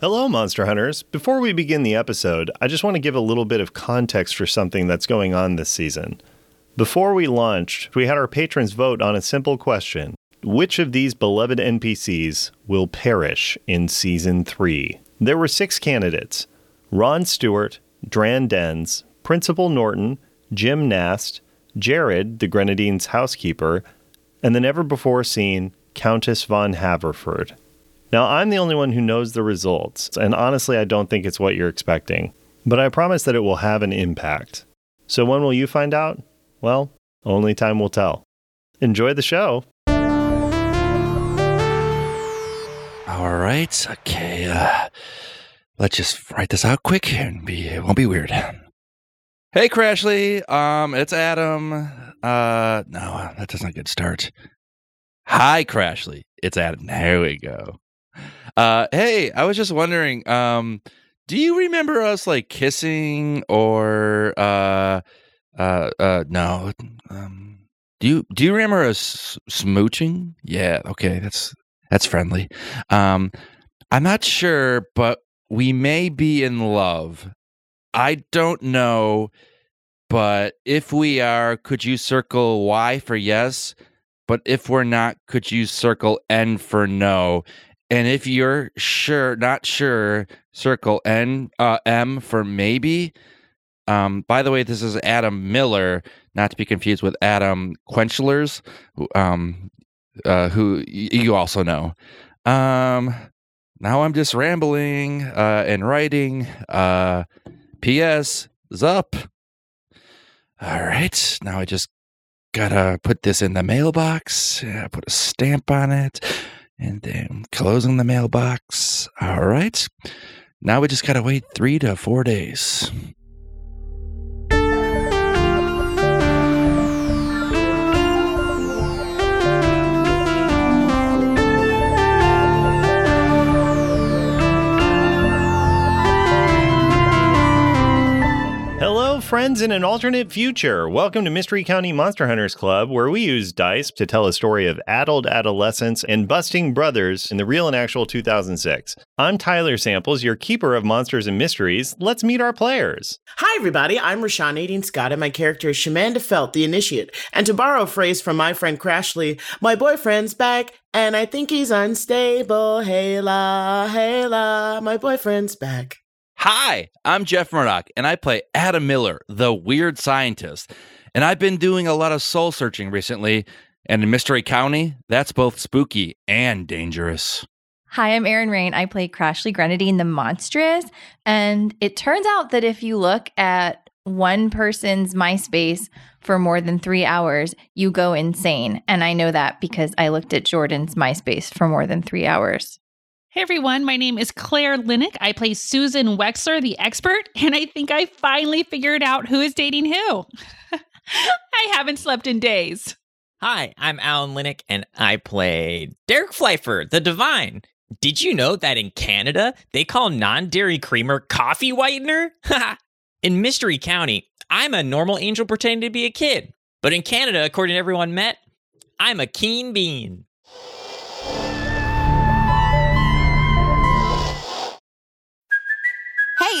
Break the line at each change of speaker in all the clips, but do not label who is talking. Hello, Monster Hunters. Before we begin the episode, I just want to give a little bit of context for something that's going on this season. Before we launched, we had our patrons vote on a simple question Which of these beloved NPCs will perish in season three? There were six candidates Ron Stewart, Dran Dens, Principal Norton, Jim Nast, Jared, the Grenadine's housekeeper, and the never before seen Countess von Haverford. Now, I'm the only one who knows the results, and honestly, I don't think it's what you're expecting, but I promise that it will have an impact. So, when will you find out? Well, only time will tell. Enjoy the show.
All right. Okay. Uh, let's just write this out quick and be it won't be weird. Hey, Crashly. Um, it's Adam. Uh, no, that doesn't get start. Hi, Crashly. It's Adam. There we go. Uh, hey, I was just wondering. Um, do you remember us like kissing or uh, uh, uh, no? Um, do you do you remember us smooching? Yeah. Okay. That's that's friendly. Um, I'm not sure, but we may be in love. I don't know, but if we are, could you circle Y for yes? But if we're not, could you circle N for no? And if you're sure, not sure, circle N uh, M for maybe. Um, by the way, this is Adam Miller, not to be confused with Adam Quenchlers, who, um, uh, who y- you also know. Um, now I'm just rambling uh, and writing. Uh, P.S. Zup. All right, now I just gotta put this in the mailbox. Yeah, put a stamp on it, and then closing the mailbox. All right, now we just gotta wait three to four days.
Hello, friends in an alternate future. Welcome to Mystery County Monster Hunters Club, where we use dice to tell a story of addled adolescence and busting brothers in the real and actual 2006. I'm Tyler Samples, your keeper of monsters and mysteries. Let's meet our players.
Hi, everybody. I'm Rashawn Aiding Scott, and my character is Shamanda Felt, the initiate. And to borrow a phrase from my friend Crashly, my boyfriend's back, and I think he's unstable. Hey la, hey la, my boyfriend's back.
Hi, I'm Jeff Murdoch, and I play Adam Miller, the weird scientist. And I've been doing a lot of soul searching recently, and in Mystery County, that's both spooky and dangerous.
Hi, I'm Erin Rain. I play Crashly Grenadine the Monstrous. And it turns out that if you look at one person's MySpace for more than three hours, you go insane. And I know that because I looked at Jordan's MySpace for more than three hours.
Hey everyone, my name is Claire Linick. I play Susan Wexler, the expert, and I think I finally figured out who is dating who. I haven't slept in days.
Hi, I'm Alan Linick, and I play Derek Pfeiffer, the Divine. Did you know that in Canada, they call non dairy creamer coffee whitener? Haha. in Mystery County, I'm a normal angel pretending to be a kid. But in Canada, according to everyone met, I'm a keen bean.
Hey,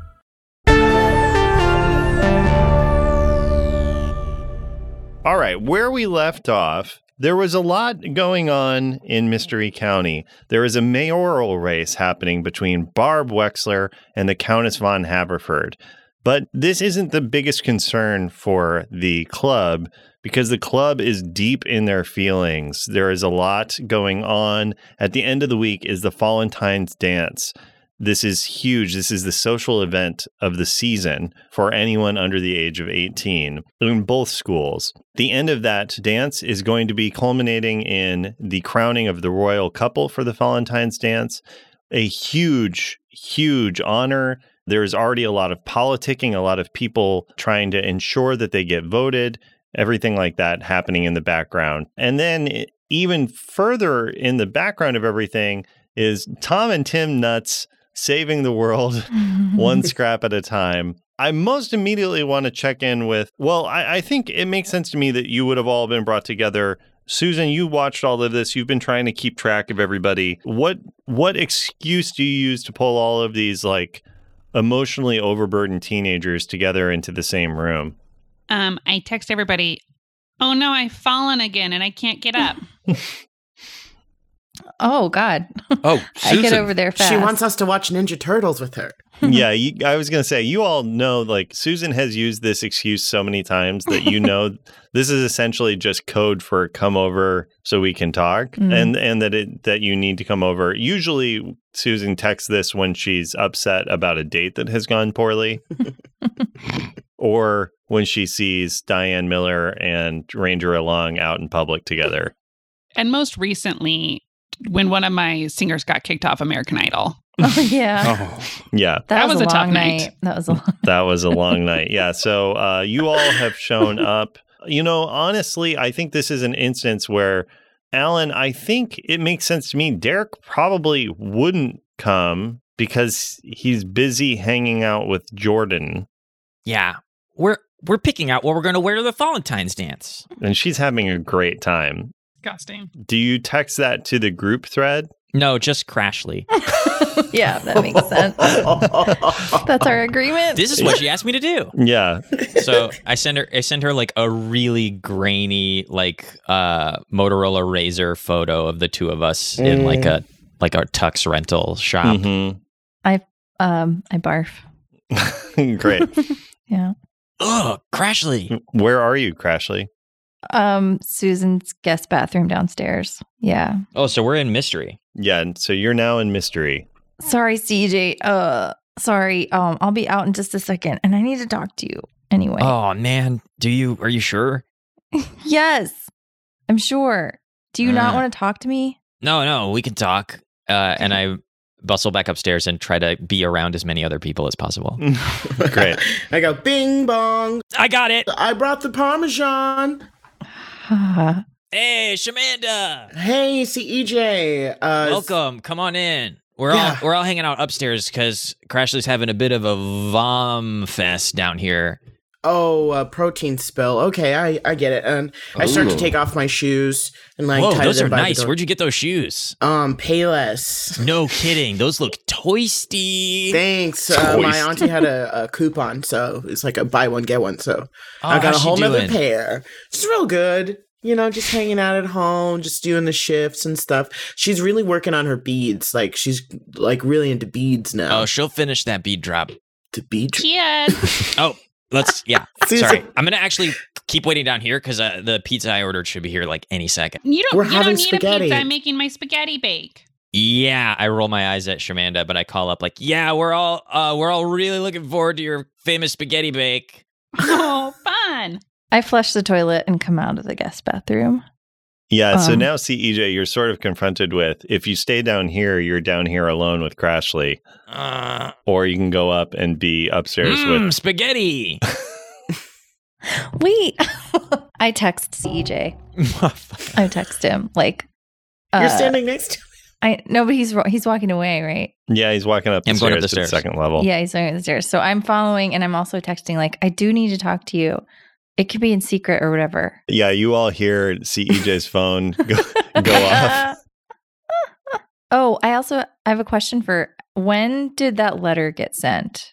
All right, where we left off, There was a lot going on in Mystery County. There is a mayoral race happening between Barb Wexler and the Countess von Haverford. But this isn't the biggest concern for the club because the club is deep in their feelings. There is a lot going on. At the end of the week is the Valentine's Dance. This is huge. This is the social event of the season for anyone under the age of 18 in both schools. The end of that dance is going to be culminating in the crowning of the royal couple for the Valentine's Dance, a huge, huge honor. There's already a lot of politicking, a lot of people trying to ensure that they get voted, everything like that happening in the background. And then, e- even further in the background of everything, is Tom and Tim Nuts saving the world one scrap at a time. I most immediately want to check in with, well, I, I think it makes sense to me that you would have all been brought together. Susan, you watched all of this. You've been trying to keep track of everybody. What what excuse do you use to pull all of these like emotionally overburdened teenagers together into the same room?
Um, I text everybody, oh no, I've fallen again and I can't get up.
Oh God,
Oh,
I get
Susan.
over there fast.
She wants us to watch Ninja Turtles with her.
yeah, you, I was going to say, you all know, like, Susan has used this excuse so many times that you know this is essentially just code for come over so we can talk
Mhm.
and, and that it, that you need to come over. Usually, Susan texts this when she's upset about a date that has gone poorly or when she sees Diane Miller and Ranger Along out in public together.
and most recently, when one of my singers got kicked off American Idol.
Oh yeah,
Oh,
Yeah.
that, was, a,
tough
long
night.
night. That was a long.
That was a long night. Yeah. So uh, you all have shown up. You know, honestly, I think this is an instance where, Alan, I think it makes sense to me. Derek probably wouldn't come because he's busy hanging out with Jordan
Yeah, we're we're picking out what we're going to wear to the Valentine's dance.
and she's having a great time.
Disgusting.
Do you text that to the group thread?
No, just Crashly.
yeah, that makes sense. That's our agreement.
This is what she asked me to do.
Yeah.
So I send her I send her like a really grainy like uh Motorola Razor photo of the two of us in like a like our tux rental shop.
Mhm.
um, I barf.
great.
Yeah.
Ugh, Crashly.
Where are you, Crashly?
Um, Susan's guest bathroom downstairs. Yeah.
Oh, so we're in mystery.
Yeah. and So you're now in mystery.
Sorry, CJ. Uh, sorry. Um, I'll be out in just a second, and I need to talk to you anyway.
Oh man, do you are you sure?
Yes, I'm sure. Do you not
Uh.
want to talk to me?
No, no, we can talk. Uh, and I bustle back upstairs and try to be around as many other people as possible.
Great.
I go, bing bong.
I got it.
I brought the Parmesan.
Ah,
Hey, Shamanda.
Hey, CEJ. Uh,
Welcome. Come on in. We're
Yeah.
all we're all hanging out upstairs because Crashly's having a bit of a vom fest down here.
Oh, a protein spill. Okay, I, I get it. And I start to
Ooh.
take off my shoes and like
Whoa,
tie
those
them
are
by the
nice.
door.
Where'd you get those shoes?
um, Payless.
No kidding. Those look toisty.
Thanks. Uh,
Choice.
my auntie had a, a coupon, so it's like a buy one get one. So
Oh,
I got
how's
a
she
whole nother
doing?
pair. It's real good. You know, just hanging out at home, just doing the shifts and stuff. She's really working on her beads. Like she's like really into beads now.
Oh, she'll finish that bead drop.
to bead.
Yes.
Oh, let's. Yeah.
Susan.
Sorry. I'm going to actually keep waiting down here because uh, the pizza I ordered should be here like any second.
You don't,
We're
you
having
don't need a
spaghetti.
pizza. I'm making my spaghetti bake.
Yeah, I roll my eyes at Shamanda, but I call up like, "Yeah, we're all uh, we're all really looking forward to your famous spaghetti bake."
Oh, fun.
I flush the toilet and come out of the guest bathroom.
Yeah, so
Um,
now CEJ, you're sort of confronted with if you stay down here, you're down here alone with Crashly,
Uh,
or you can go up and be upstairs
Hmm.
mm,
with.
spaghetti.
Wait, I text CJ. I text him like.
You're
uh,
standing next to
I no, but he's ro- he's walking away, right?
Yeah, he's walking up the,
I'm
stairs,
going up the
to the
stairs.
second level.
Yeah, he's going upstairs. So I'm following, and I'm also texting like, I do need to talk to you. It could be in secret or whatever.
Yeah, you all hear CEJ's phone go, go off.
oh, I also I have a question for when did that letter get sent?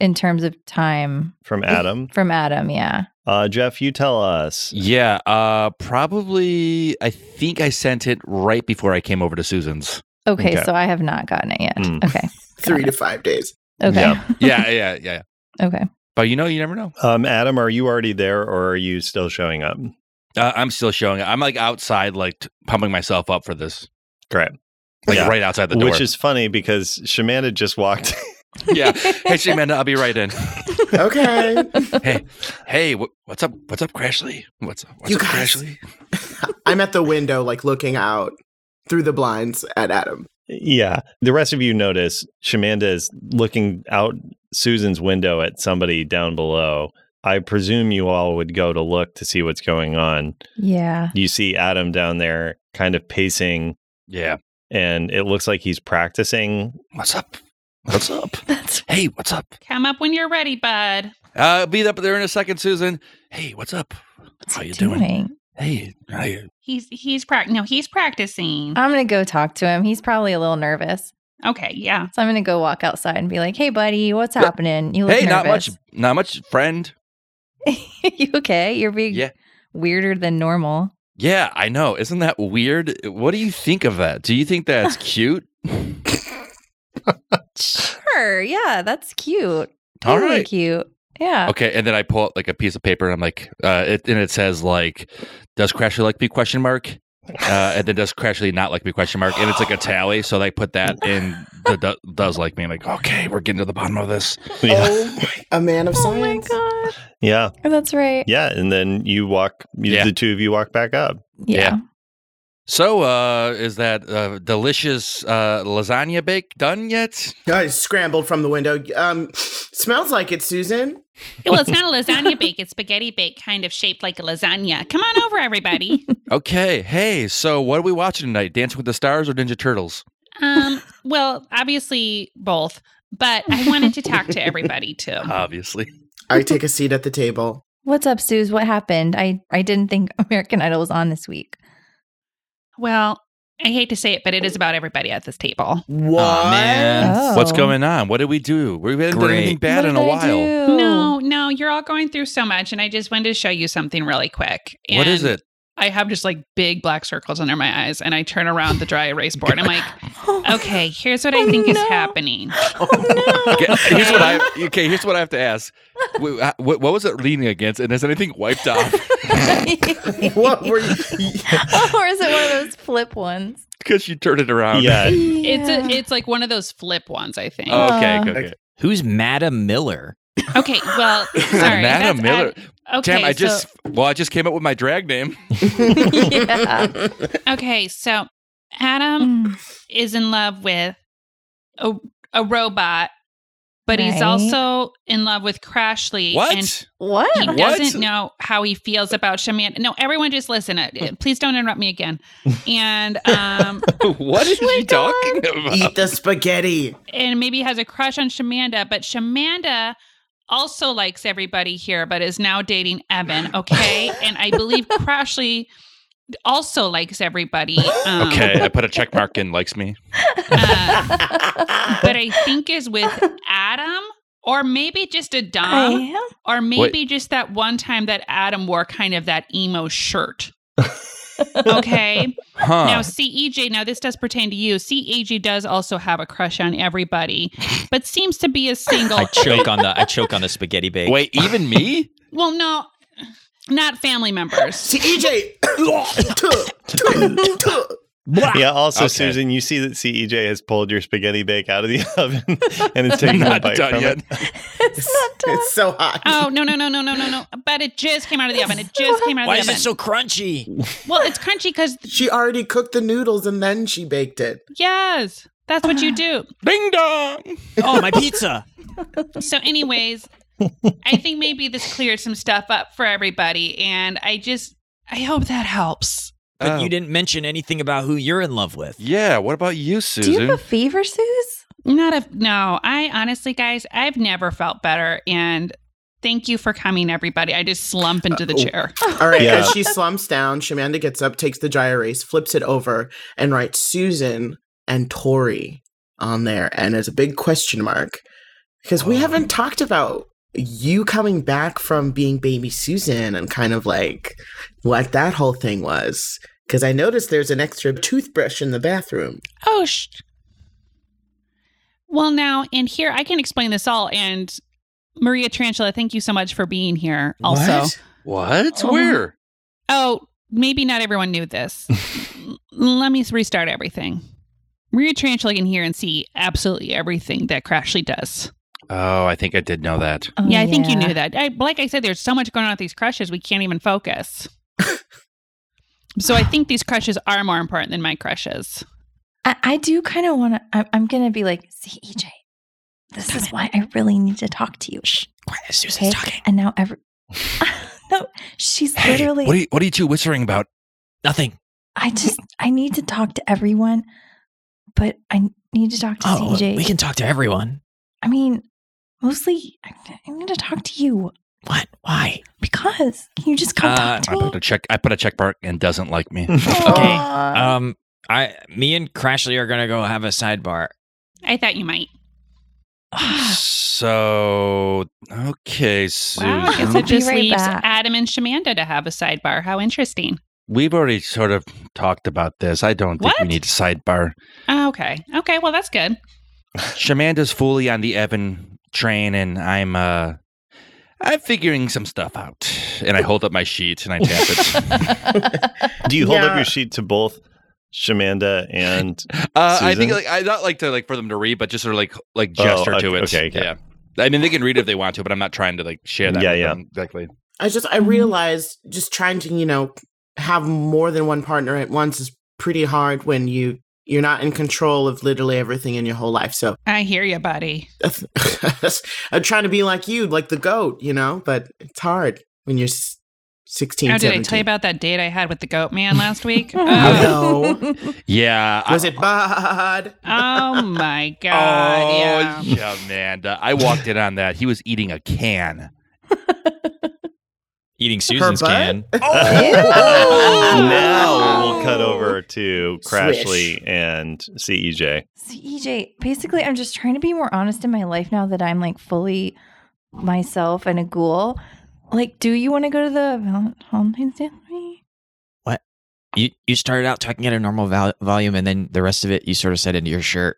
In terms of time
From Adam,
from Adam, yeah.
Uh, Jeff, you tell us.
Yeah, uh, probably. I think I sent it right before I came over to Susan's.
Okay,
Okay.
so I have not gotten it yet.
Mm.
Okay.
Three to five days.
Okay.
Yeah.
Yeah, yeah, yeah, yeah.
Okay.
But you know, you never know.
Um, Adam, are you already there or are you still showing up?
Uh, I'm still showing. I'm like outside, like t- pumping myself up for this.
Great.
Like
Yeah.
right outside the door.
Which is funny because Shamanda just walked.
yeah. Hey, Amanda, I'll be right in.
Okay.
hey, hey, wh- what's up? What's up, Crashly? What's up? What's
You
up,
guys.
Crashly?
I'm at the window, like looking out through the blinds at Adam.
yeah. The rest of you notice Shamanda is looking out Susan's window at somebody down below. I presume you all would go to look to see what's going on.
Yeah.
You see Adam down there kind of pacing,
Yeah.
and it looks like he's practicing.
What's up? What's up?
That's
Hey, what's up?
Come up when you're ready, bud.
Uh, be up there in a second, Susan. Hey, what's up?
what's
How
he
you doing?
doing?
Hey, how you?
He's he's prac. No, he's practicing.
I'm gonna go talk to him. He's probably a little nervous.
okay, yeah.
So I'm gonna go walk outside and be like, hey buddy, what's
Yeah.
happening? You look
Hey, not much,
nervous.
not much, friend.
you okay? You're being
Yeah.
weirder than normal.
Yeah, I know. Isn't that weird? What do you think of that? Do you think that's cute?
Sure, yeah, that's cute.
All
Totally
right.
cute. Yeah.
Okay, and then I pull out like a piece of paper and I'm like, uh, it, and it says like, does Crashly like me? Question mark. Uh, and then does Crashly not like me? Question mark. And it's like a tally, so they put that in the do- does like me. I'm like, okay, we're getting to the bottom of this.
Yeah.
Oh, a man of
Oh my
science.
god.
Yeah.
That's right.
Yeah. And then you walk, you-
Yeah.
the two of you walk back up.
yeah.
So, uh, is that uh, delicious uh, lasagna bake done yet?
I scrambled from the window. Um, smells like it, Susan.
Well, it's not a lasagna bake; it's spaghetti bake, kind of shaped like a lasagna. Come on over, everybody.
Okay, hey, so what are we watching tonight? Dancing with the Stars or Ninja Turtles?
Um, well, obviously both, but I wanted to talk to everybody too.
Obviously.
I take a seat at the table.
What's up, Suze? What happened? I I didn't think American Idol was on this week.
Well, I hate to say it, but it is about everybody at this table.
What?
man.
Oh.
What's going on? What did we do? We haven't done anything
Great.
bad
What
in a
did I
while.
do?
No, no, you're all going through so much, and I just wanted to show you something really quick. And
What is it?
I have just like big black circles under my eyes, and I turn around the dry erase board. I'm like, okay, here's what I think
Oh, no.
is happening.
Okay, here's what I okay. Here's what I have to ask. Wh- uh, wh- What, was it leaning against? And is anything wiped off?
What were you?
or is it one of those flip ones?
Because you turned it around.
Yeah.
It's a, it's like one of those flip ones, I think.
Oh, okay.
Uh,
Okay. okay.
Who's Madam Miller?
Okay, well, sorry,
Madam
that's-
Miller.
I- okay,
Damn. I
so-
just well, I just came up with my drag name.
yeah.
okay. So Adam
Hmm.
is in love with a, a robot, but he's
Right.
also in love with Crashly. And
What?
he
What?
What?
doesn't know how he feels about Shaman. No, everyone just listen. Uh, uh, Please don't interrupt me again. And um,
what
Oh
is she talking about?
Eat the spaghetti.
and maybe he has a crush on Shamanda, but Shamanda also likes everybody here, but is now dating Evan. Okay, and I believe Crashly also likes everybody. Um,
Okay, I put a check mark in. Likes me.
uh, but I think is with Adam, or maybe just a
I
Dom,
am.
or maybe just that one time that Adam wore kind of that emo shirt. okay.
Huh?
Now, CEJ, now this does pertain to you. CEJ does also have a crush on everybody, but seems to be a single.
I choke on the I choke on the spaghetti bake.
Wait, even me?
well, no, not family members.
See, E EJ. Tuh, tuh, tuh.
Yeah. Also,
Okay.
Susan, you see that CEJ has pulled your spaghetti bake out of the oven and it's taking a
Not
bite
done
from
yet.
it.
It's not done.
It's so hot.
Oh no no no no no no no! But it just came out of the oven. It just came out of
Why
the
is
oven.
it so crunchy?
well, it's crunchy because
She already cooked the noodles and then she baked it.
yes, that's what you do.
Ding dong.
Oh, my pizza.
So, anyways, I think maybe this cleared some stuff up for everybody, and I just I hope that helps.
But
Oh.
you didn't mention anything about who you're in love with.
Yeah. What about you,
Do you
Susan?
have a fever, Suze?
Not a no. I honestly, guys, I've never felt better, and thank you for coming, everybody. I just slump into the
Uh, oh.
chair.
All right.
Yeah.
As she slumps down, Shamanda gets up, takes the dry erase, flips it over, and writes Susan and Oh. Tori on there. And it's a big question mark because we haven't talked about you coming back from being baby Susan and kind of like what that whole thing was. Because I noticed there's an extra toothbrush in the bathroom.
Oh, sh- well, now and here I can explain this all. And Maria Tarantula, thank you so much for being here. Also,
What?
What?
Oh.
Where?
oh, maybe not everyone knew this. Let me restart everything. Maria Tarantula can hear and see absolutely everything that Crashly does.
Oh, I think I did know that.
Oh,
yeah, I think you knew that. I, like I said, there's so much going on with these crushes, we can't even focus. so I think these crushes are more important than my crushes.
I, I do kind of want to. I'm going to be like, see, EJ, this is why I really need to talk to you. Shh,
Quiet, Susan's
okay?
talking.
And now every. no, she's
Hey,
literally.
what, are you, what are you two whispering about?
Nothing.
I just. I need to talk to everyone, but I need to talk to
Oh,
CJ.
we can talk to everyone.
I mean, mostly I, I need to talk to you
What? Why?
because can you just come
Uh,
talk
I
to
put
me?
a check. I put a check mark and doesn't like me.
Okay.
Aw.
Um, I, me and Crashly are gonna go have a sidebar.
I thought you might.
so okay, Susan.
Wow, I guess
I'll
it just
be right
leaves
back.
Adam and Shamanda to have a sidebar. How interesting.
We've already sort of talked about this. I don't think we
What?
need a sidebar.
Oh, okay. Okay. Well, that's good.
Shamanda's fully on the Evan train, and I'm uh, I'm figuring some stuff out. And I hold up my sheet and I tap it.
Do you hold up
Yeah.
your sheet to both Shamanda and
Uh, I think
Susan? Oh,
like I not like to like for them to read, but just sort of like like gesture
okay,
to it.
okay, okay.
yeah. I mean, they can read if they want to, but I'm not trying to like share that.
Yeah,
with
yeah.
them exactly.
I just I
Mm-hmm.
Mhm.
realized just trying to you know have more than one partner at once is pretty hard when you you're not in control of literally everything in your whole life. So
I hear you, buddy.
I'm trying to be like you, like the goat, you know, but it's hard when you're s- 16.
Oh, did I tell you
17.
about that date I had with the goat man last week?
No.
Oh,
Yeah. I-
Was it bad?
oh my god! yeah.
oh, yeah. man. Uh, I walked in on that. He was eating a can.
Eating Susan's
butt? Oh.
can.
Oh!
now we'll cut over to Crashly
Swish.
and E CEJ.
See, EJ, E basically, I'm just trying to be more honest in my life now that I'm like fully myself and a ghoul. Like, do you want to go to the Valentine's Day? with me?
You you started out talking at a normal val- volume, and then the rest of it you sort of said into your shirt.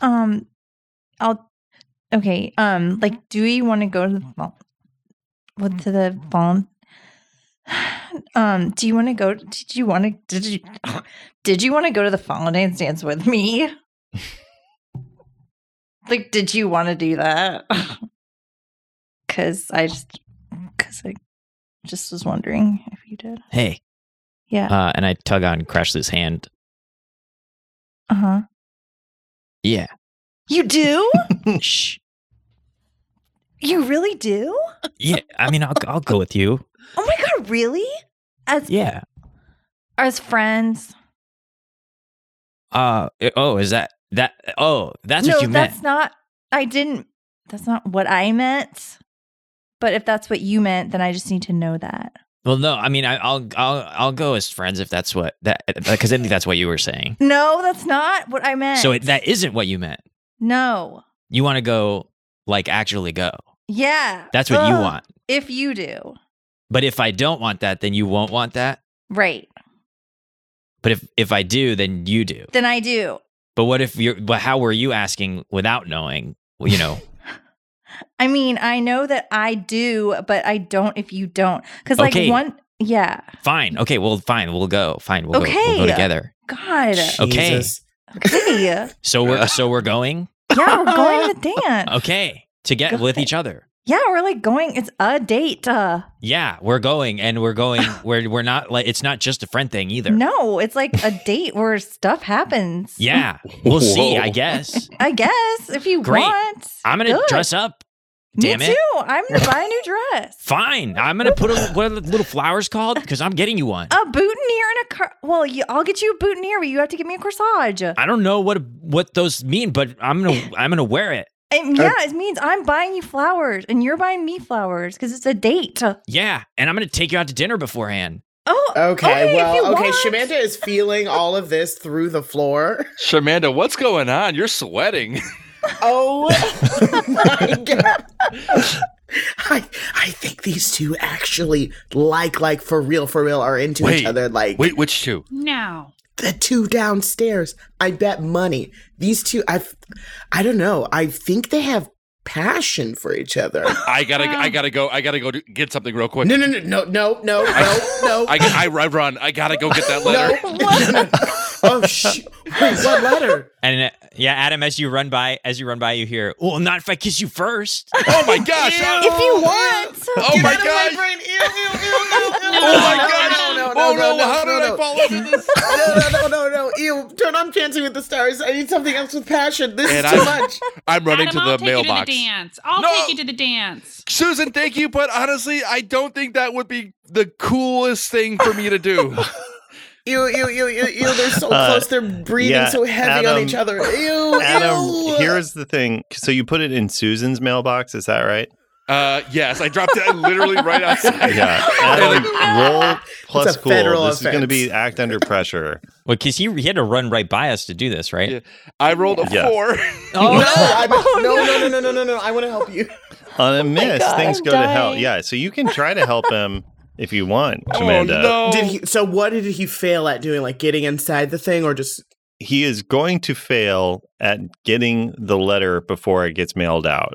Um, I'll. Okay. Um, like, do you want to go to the val- what to the val- Um, do you want to go? Did you want to? Did you? Did you want to go to the Valentine's dance with me? like, did you want to do that? Because I just, because I just was wondering if you did.
Hey,
Yeah.
uh, and I tug on Crashly's hand.
Uh huh.
Yeah.
You do?
Shh.
you really do?
Yeah. I mean, I'll I'll go with you.
Oh my god! Really? As
Yeah.
as friends?
Uh. eh, Oh, is that that? Oh, that's
no,
what you meant.
that's not. I didn't. That's not what I meant. But if that's what you meant, then I just need to know that.
Well, no. I mean, I, I'll I'll I'll go as friends if that's what that because I think that's what you were saying.
No, that's not what I meant.
So it, that isn't what you meant.
no.
You want to go like actually go.
Yeah.
That's what you
Ugh.
want.
If you do.
But if I don't want that, then you won't want that.
Right.
But if if I do, then you do.
Then I do.
But what if you're? But how were you asking without knowing? Well, You know.
I mean, I know that I do, but I don't if you don't. Because, like,
Okay.
one. Yeah.
fine. Okay. Well, fine. We'll go. Fine. We'll go. We'll go
Okay.
together.
God.
Okay.
Jesus.
Okay. yeah,
So we're so we're going.
we're going to the dance.
Okay. To get with each other.
Yeah, we're like going. It's a date. Uh,
Yeah, we're going, and we're going. We're we're not like it's not just a friend thing either.
no, it's like a date where stuff happens.
Yeah, we'll see.
Whoa.
I guess
I guess if you
Great.
want.
I'm gonna
Good.
dress up.
Me
damn it.
too. I'm gonna buy a new dress.
Fine. I'm gonna put a, what are the little flowers called? Because I'm getting you one.
A boutonniere and a cor- well, you, I'll get you a boutonniere, but you have to give me a corsage.
I don't know what what those mean, but I'm gonna I'm gonna wear it.
and
Oh.
yeah, it means I'm buying you flowers and you're buying me flowers because it's a date. Oh,
Yeah, and I'm gonna take you out to dinner beforehand.
Oh,
Okay,
if you
well, okay,
want.
Shamanda is feeling all of this through the floor.
Shamanda, what's going on? You're sweating.
Oh my god. I, I think these two actually like, like for real, for real, are into
Wait,
each other. Like
Wait, which two?
Now,
the two downstairs. I bet money. These two, I, I don't know. I think they have passion for each other.
I gotta, I gotta go. I gotta go do, get something real quick.
No, no, no, no, no, no, no, no.
I, I, I run. I gotta go get that letter.
No. no, no. Oh, sh- wait, what letter?
And uh, yeah, Adam, as you run by, as you run by, you hear, "Well, not if I kiss you first.
Oh my gosh!
If you want.
oh my
Out of my
gosh!
brain. Ew, ew, ew, ew, ew.
Oh my
No, no,
gosh!
no, no,
oh
no,
no!
no,
How
no,
did I
no.
fall into this?
No, no, no, no, no. Ew, turn on Dancing with the Stars. I need something else with passion. This
And
is too
I-
much.
I'm running
Adam,
to
I'll
the
take
mailbox.
you to the dance. I'll
No.
take you to the dance.
Susan, thank you, but honestly, I don't think that would be the coolest thing for me to do.
Ew, ew, ew, ew, ew. They're so
Uh,
close. They're breathing
yeah,
so heavy on
Adam-
each other. Ew,
Adam,
ew.
here's the thing. So you put it in Susan's mailbox, is that right?
Uh, yes, I dropped it literally right outside.
Yeah. Adam, roll plus
a
cool.
federal
This is going to
offense.
be act under pressure.
Well, because he, he had to run right by us to do this, right?
Yeah. I rolled a
Yeah.
four.
No, I'm,
Oh,
no, no, no, no, no, no, no. I want to help you.
On a miss,
Oh God,
things
I'm
go to hell.
dying.
Yeah. So you can try to help him if you want, Amanda.
Oh no!
Did he? So what did he fail at doing? Like getting inside the thing, or just?
He is going to fail at getting the letter before it gets mailed out.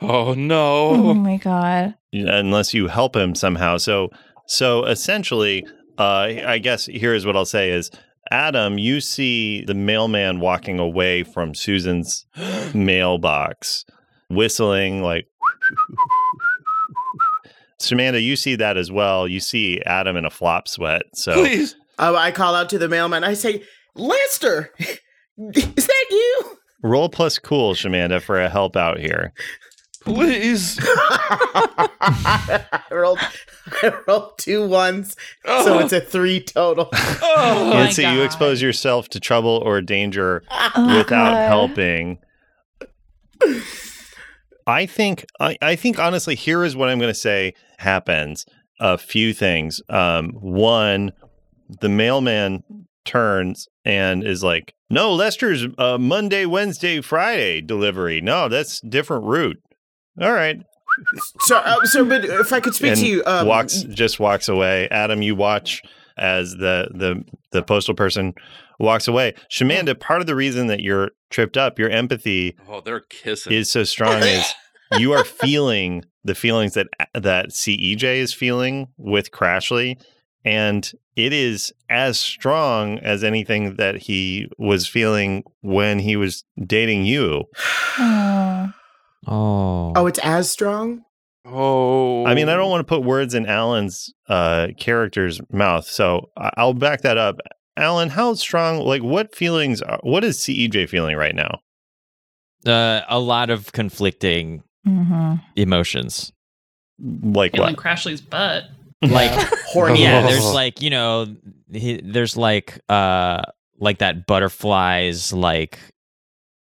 Oh
Oh
no!
my God.
unless you help him somehow. So so essentially, uh, I guess here is what I'll say is Adam, you see the mailman walking away from Susan's mailbox, whistling like. Samantha, you see that as well. You see Adam in a flop sweat. So
Please,
Oh, I call out to the mailman. I say, Lester, is that you?
roll plus cool, Shamanda, for a help out here.
please.
I rolled, I rolled two ones,
Oh.
so it's a three total.
Oh my
and see, you
God.
expose yourself to trouble or danger
Oh,
without
God.
helping. I think I, I think honestly, here is what I'm going to say happens. A few things. Um, one, the mailman turns and is like, "No, Lester's uh, Monday, Wednesday, Friday delivery. No, that's different route." All right,
so, uh, so, but if I could speak
and
to you, um,
walks just walks away. Adam, you watch as the the the postal person walks away. Shamanda, part of the reason that you're tripped up, your empathy
Oh, they're kissing.
is so strong is you are feeling the feelings that that CEJ is feeling with Crashly, and it is as strong as anything that he was feeling when he was dating you.
Oh.
Oh.
Oh, it's as strong.
oh,
I mean, I don't want to put words in Alan's uh, character's mouth, so I- I'll back that up. Alan, how strong? Like, what feelings? Are, what is CEJ feeling right now?
Uh, a lot of conflicting
Mm-hmm.
hmm
emotions.
Like
feeling
what?
Crashly's butt.
Like,
Horny.
yeah,
ass.
there's like you know, he, there's like uh, like that butterflies like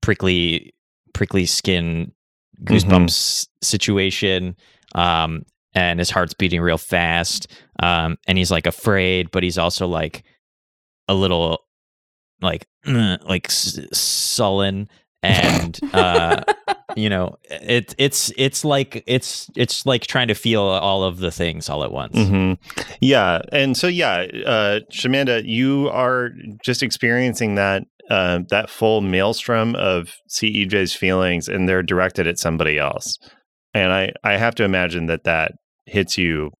prickly prickly skin goosebumps situation. Um, and his heart's beating real fast. Um, and he's like afraid, but he's also like a little like like s- sullen and uh you know it it's it's like it's it's like trying to feel all of the things all at once
hmm Yeah, and so yeah, uh, Shamanda, you are just experiencing that uh, that full maelstrom of CEJ's feelings, and they're directed at somebody else. And I I have to imagine that that hits you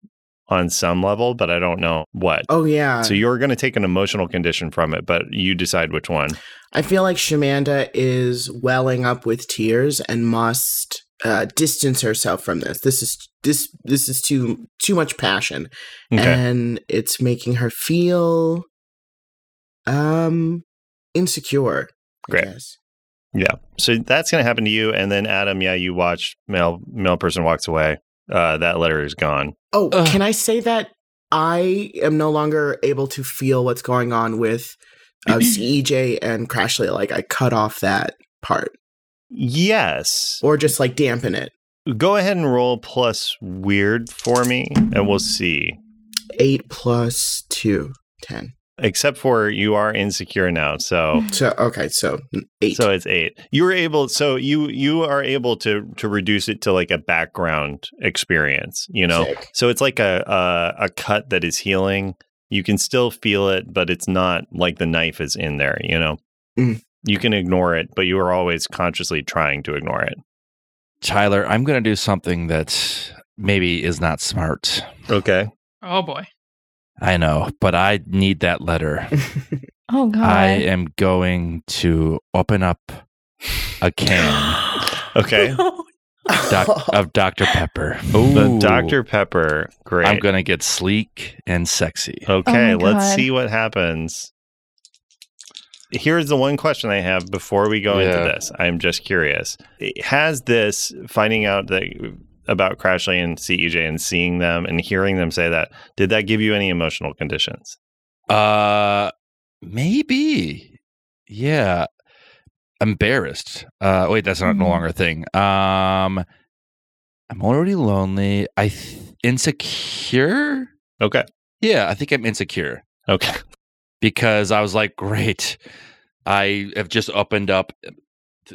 on some level, but I don't know what.
Oh yeah.
So you're going to take an emotional condition from it, but you decide which one.
I feel like Shamanda is welling up with tears and must uh, distance herself from this. This is this this is too too much passion,
Okay.
and it's making her feel um insecure. I
Great.
guess.
yeah. So that's going to happen to you, and then Adam, yeah, you watch male male person walks away. Uh, that letter is gone.
Oh,
Ugh.
can I say that I am no longer able to feel what's going on with uh, CEJ and Crashly? Like I cut off that part,
Yes.
or just like dampen it.
Go ahead and roll plus weird for me, and we'll see.
Eight plus two, ten. Mm.
except for you are insecure now. So
So okay, so eight.
so it's eight. You were able. So you you are able to to reduce it to like a background experience. You know.
Sick.
So it's like a, a a cut that is healing. You can still feel it, but it's not like the knife is in there. You know.
Mm.
You can ignore it, but you are always consciously trying to ignore it.
Tyler, I'm going to do something that maybe is not smart.
Okay.
Oh boy.
I know, but I need that letter.
Oh God.
I uh, am going to open up a can
Okay.
doc- of Dr. Pepper.
the
Ooh.
Dr Pepper. Great.
I'm going to get sleek and sexy.
Okay,
Oh my
let's
God.
see what happens. Here's the one question I have before we go
Yeah.
into this. I'm just curious. Has this finding out that about Crashly and CEJ and seeing them and hearing them say that, did that give you any emotional conditions?
Uh, maybe. Yeah. Embarrassed. Uh, wait, that's not no
Mhm.
Mm-hmm.
longer a thing. Um, I'm already lonely. I th- insecure.
Okay.
Yeah, I think I'm insecure
Okay.
because I was like, great, I have just opened up uh,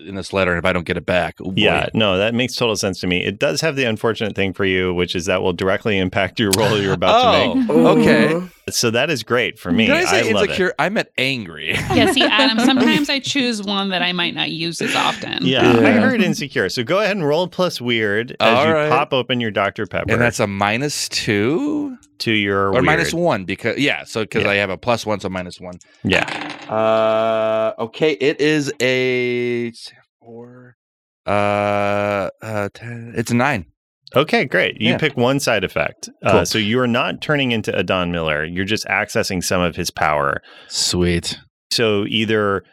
in this letter, and if I don't get it back, oh boy.
Yeah, no, that makes total sense to me. It does have the unfortunate thing for you, which is that will directly impact your role you're about to
oh,
make.
okay.
So that is great for me.
Did I say
love it.
insecure? I meant angry.
Yeah, see, Adam, sometimes I choose one that I might not use as often.
Yeah, I
Yeah.
heard insecure. So go ahead and roll plus weird as
All
you
right.
pop open your Dr Pepper
and that's a minus two
to your
or
weird.
minus one because yeah, so because
Yeah.
I have a plus one, so minus one.
Yeah,
Uh, okay, it is a four. Uh, uh, ten, it's a nine.
okay, great. You
Yeah.
pick one side effect. Uh,
Cool.
so you are not turning into a Don Miller. You're just accessing some of his power.
Sweet.
So either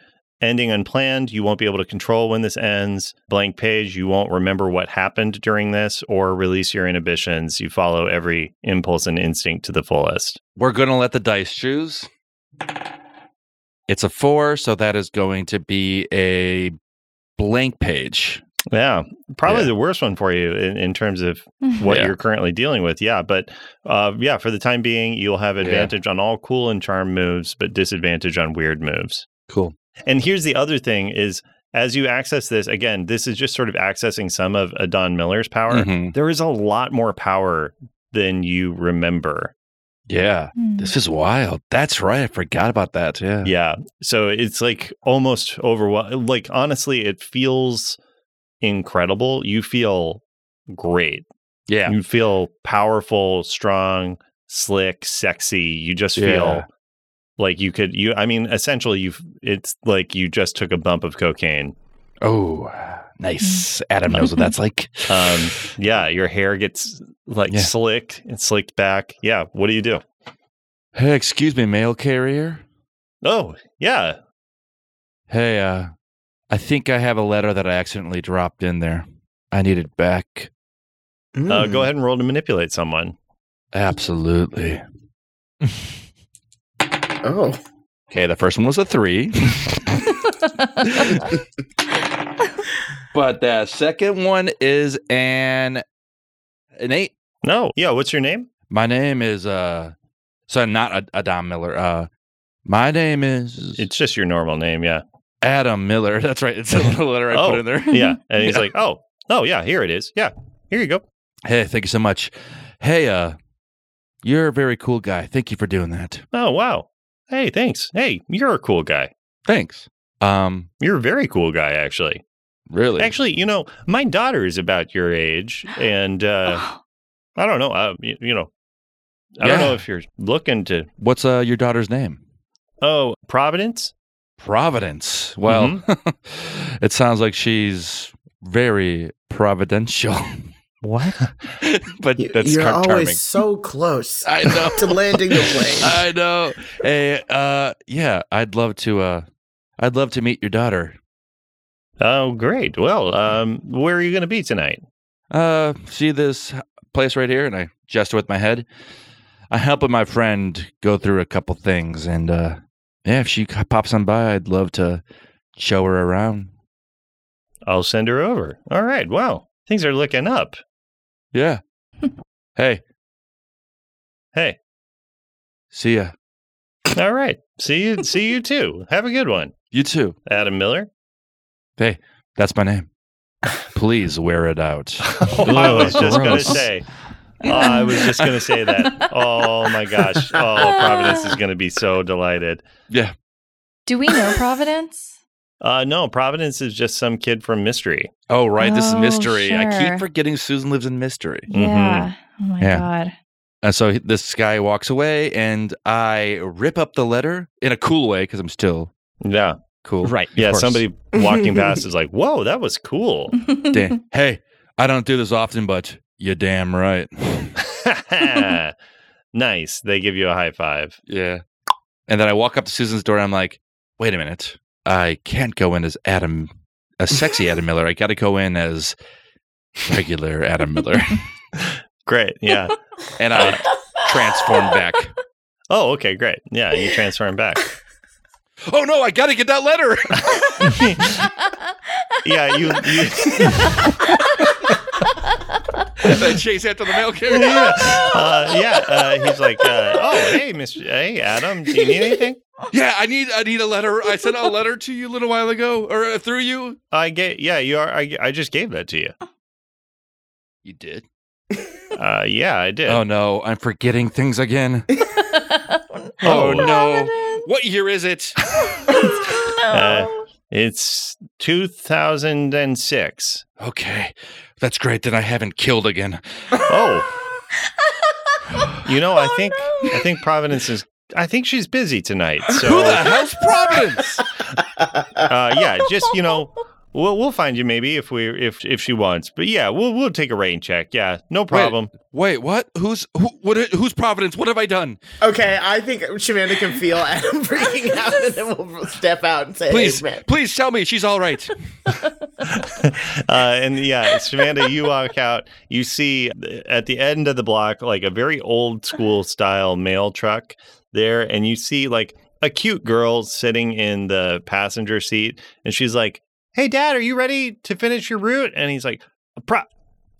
ending unplanned, you won't be able to control when this ends. Blank page, you won't remember what happened during this, or release your inhibitions. You follow every impulse and instinct to the fullest.
We're gonna let the dice choose. It's a four, so that is going to be a blank page.
Yeah, probably
Yeah.
the worst one for you in, in terms of what
Yeah.
you're currently dealing with. Yeah, but uh, yeah, for the time being, you'll have advantage on all cool and charm moves, but disadvantage on weird moves.
Cool.
And here's the other thing: is as you access this again, this is just sort of accessing some of Adon Miller's power.
Mhm.
There is a lot more power than you remember.
Yeah, this is wild. That's right. I forgot about that. Yeah.
Yeah, so it's like almost overwhelming. Like honestly, it feels incredible. You feel great
Yeah.
You feel powerful, strong, slick, sexy. You just
Yeah.
feel like you could you I mean essentially you have it's like you just took a bump of cocaine.
Oh, nice. Adam knows what that's like.
Um yeah, your hair gets like
Yeah.
slick and slicked back. Yeah, what do you do?
Hey, excuse me, mail carrier.
Oh, yeah.
Hey, uh, I think I have a letter that I accidentally dropped in there. I need it back.
Uh, go ahead and roll to manipulate someone.
Absolutely.
Oh,
Okay, the first one was a three, but the second one is an an eight.
No. Yeah, what's your name?
My name is uh, so not a, a Don Miller. Uh, my name is
It's just your normal name, yeah.
Adam Miller. That's right. It's the letter I
Oh,
put in there.
Yeah. And he's
Yeah.
like, "Oh, oh yeah, here it is. Yeah. Here you go."
Hey, thank you so much. Hey, uh, you're a very cool guy. Thank you for doing that.
Oh, wow. Hey, thanks. Hey, you're a cool guy.
Thanks. Um,
You're a very cool guy actually.
really?
Actually, you know, my daughter is about your age, and uh, I don't know. Uh, you, you know, I don't
Yeah.
know if you're looking to.
What's uh, your daughter's name?
Oh, Providence.
Providence. Well, it sounds like she's very providential. What? but
you,
that's
you're
car-
always
charming.
so close
I know.
to landing the plane.
I know. Hey, uh, yeah, I'd love to. Uh, I'd love to meet your daughter.
Oh, great. Well, um, where are you going to be tonight?
Uh, see this place right here, and I gesture with my head. I'm helping my friend go through a couple things, and uh, yeah, if she c- pops on by, I'd love to show her around.
I'll send her over. All right. Wow, things are looking up.
Yeah. hey,
Hey,
see ya.
All right. See you. See you too. Have a good one,
You too.
Adam Miller.
Hey, that's my name. Please wear it out.
Oh, I was just gonna
gross.
say. Oh, I was just gonna say that. Oh my gosh. Oh, Providence is gonna be so delighted.
Yeah.
Do we know Providence?
Uh, no, Providence is just some kid from Mystery.
Oh, right. this is
Oh,
mystery. I
sure.
keep forgetting Susan lives in mystery.
Mm-hmm.
Yeah. Oh my
Yeah.
god.
And so he- this guy walks away, and I rip up the letter in a cool way because I'm still
Yeah,
cool.
Right.
Of
yeah.
course.
Somebody walking past is like, "Whoa, that was cool."
Da- hey, I don't do this often, but you're damn right.
nice. They give you a high five.
yeah. And then I walk up to Susan's door, and I'm like, wait a minute. I can't go in as Adam, a sexy Adam Miller. I got to go in as regular Adam Miller.
Great. Yeah.
and I transform back.
oh, okay. Great. Yeah. You transform back.
Oh no, I got to get that letter.
Yeah. You. you
and I chase after the mail carrier.
yeah. Uh, yeah. Uh, he's like, uh, "Oh, hey, Mr. Hey, Adam. Do you need anything?
Yeah, I need I need a letter. I sent a letter to you a little while ago, or uh, through you.
I get. Yeah. You are. I. I just gave that to you.
You did.
Uh, yeah. I did.
Oh no, I'm forgetting things again.
Oh,
Oh no, what year is it?
Uh, it's 2006.
Okay, that's great. Then I haven't killed again.
Oh. You know, I think I think Providence is I think she's busy tonight.
Who
So
the hell's Providence?
uh yeah, just you know, we'll we'll find you maybe if we if if she wants. But yeah, we'll we'll take a rain check. Yeah, no problem.
Wait, what? Who's who? What? Who's Providence? What have I done?
Okay, I think Shamanda can feel Adam freaking out, and then we'll step out and say,
Please,
hey, man.
please tell me she's all right.
Uh and yeah, Samantha, you walk out, you see at the end of the block like a very old school style mail truck there and you see like a cute girl sitting in the passenger seat and she's like, "Hey dad, are you ready to finish your route?" And he's like, "Pro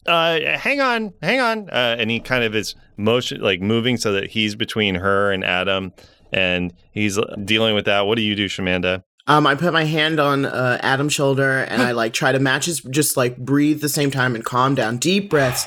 uh, hang on, hang on. Uh, and he kind of is motion like moving so that he's between her and Adam, and he's dealing with that. What do you do, Shamanda?
Um, I put my hand on uh, Adam's shoulder and I like try to match his, just like breathe the same time and calm down. Deep breaths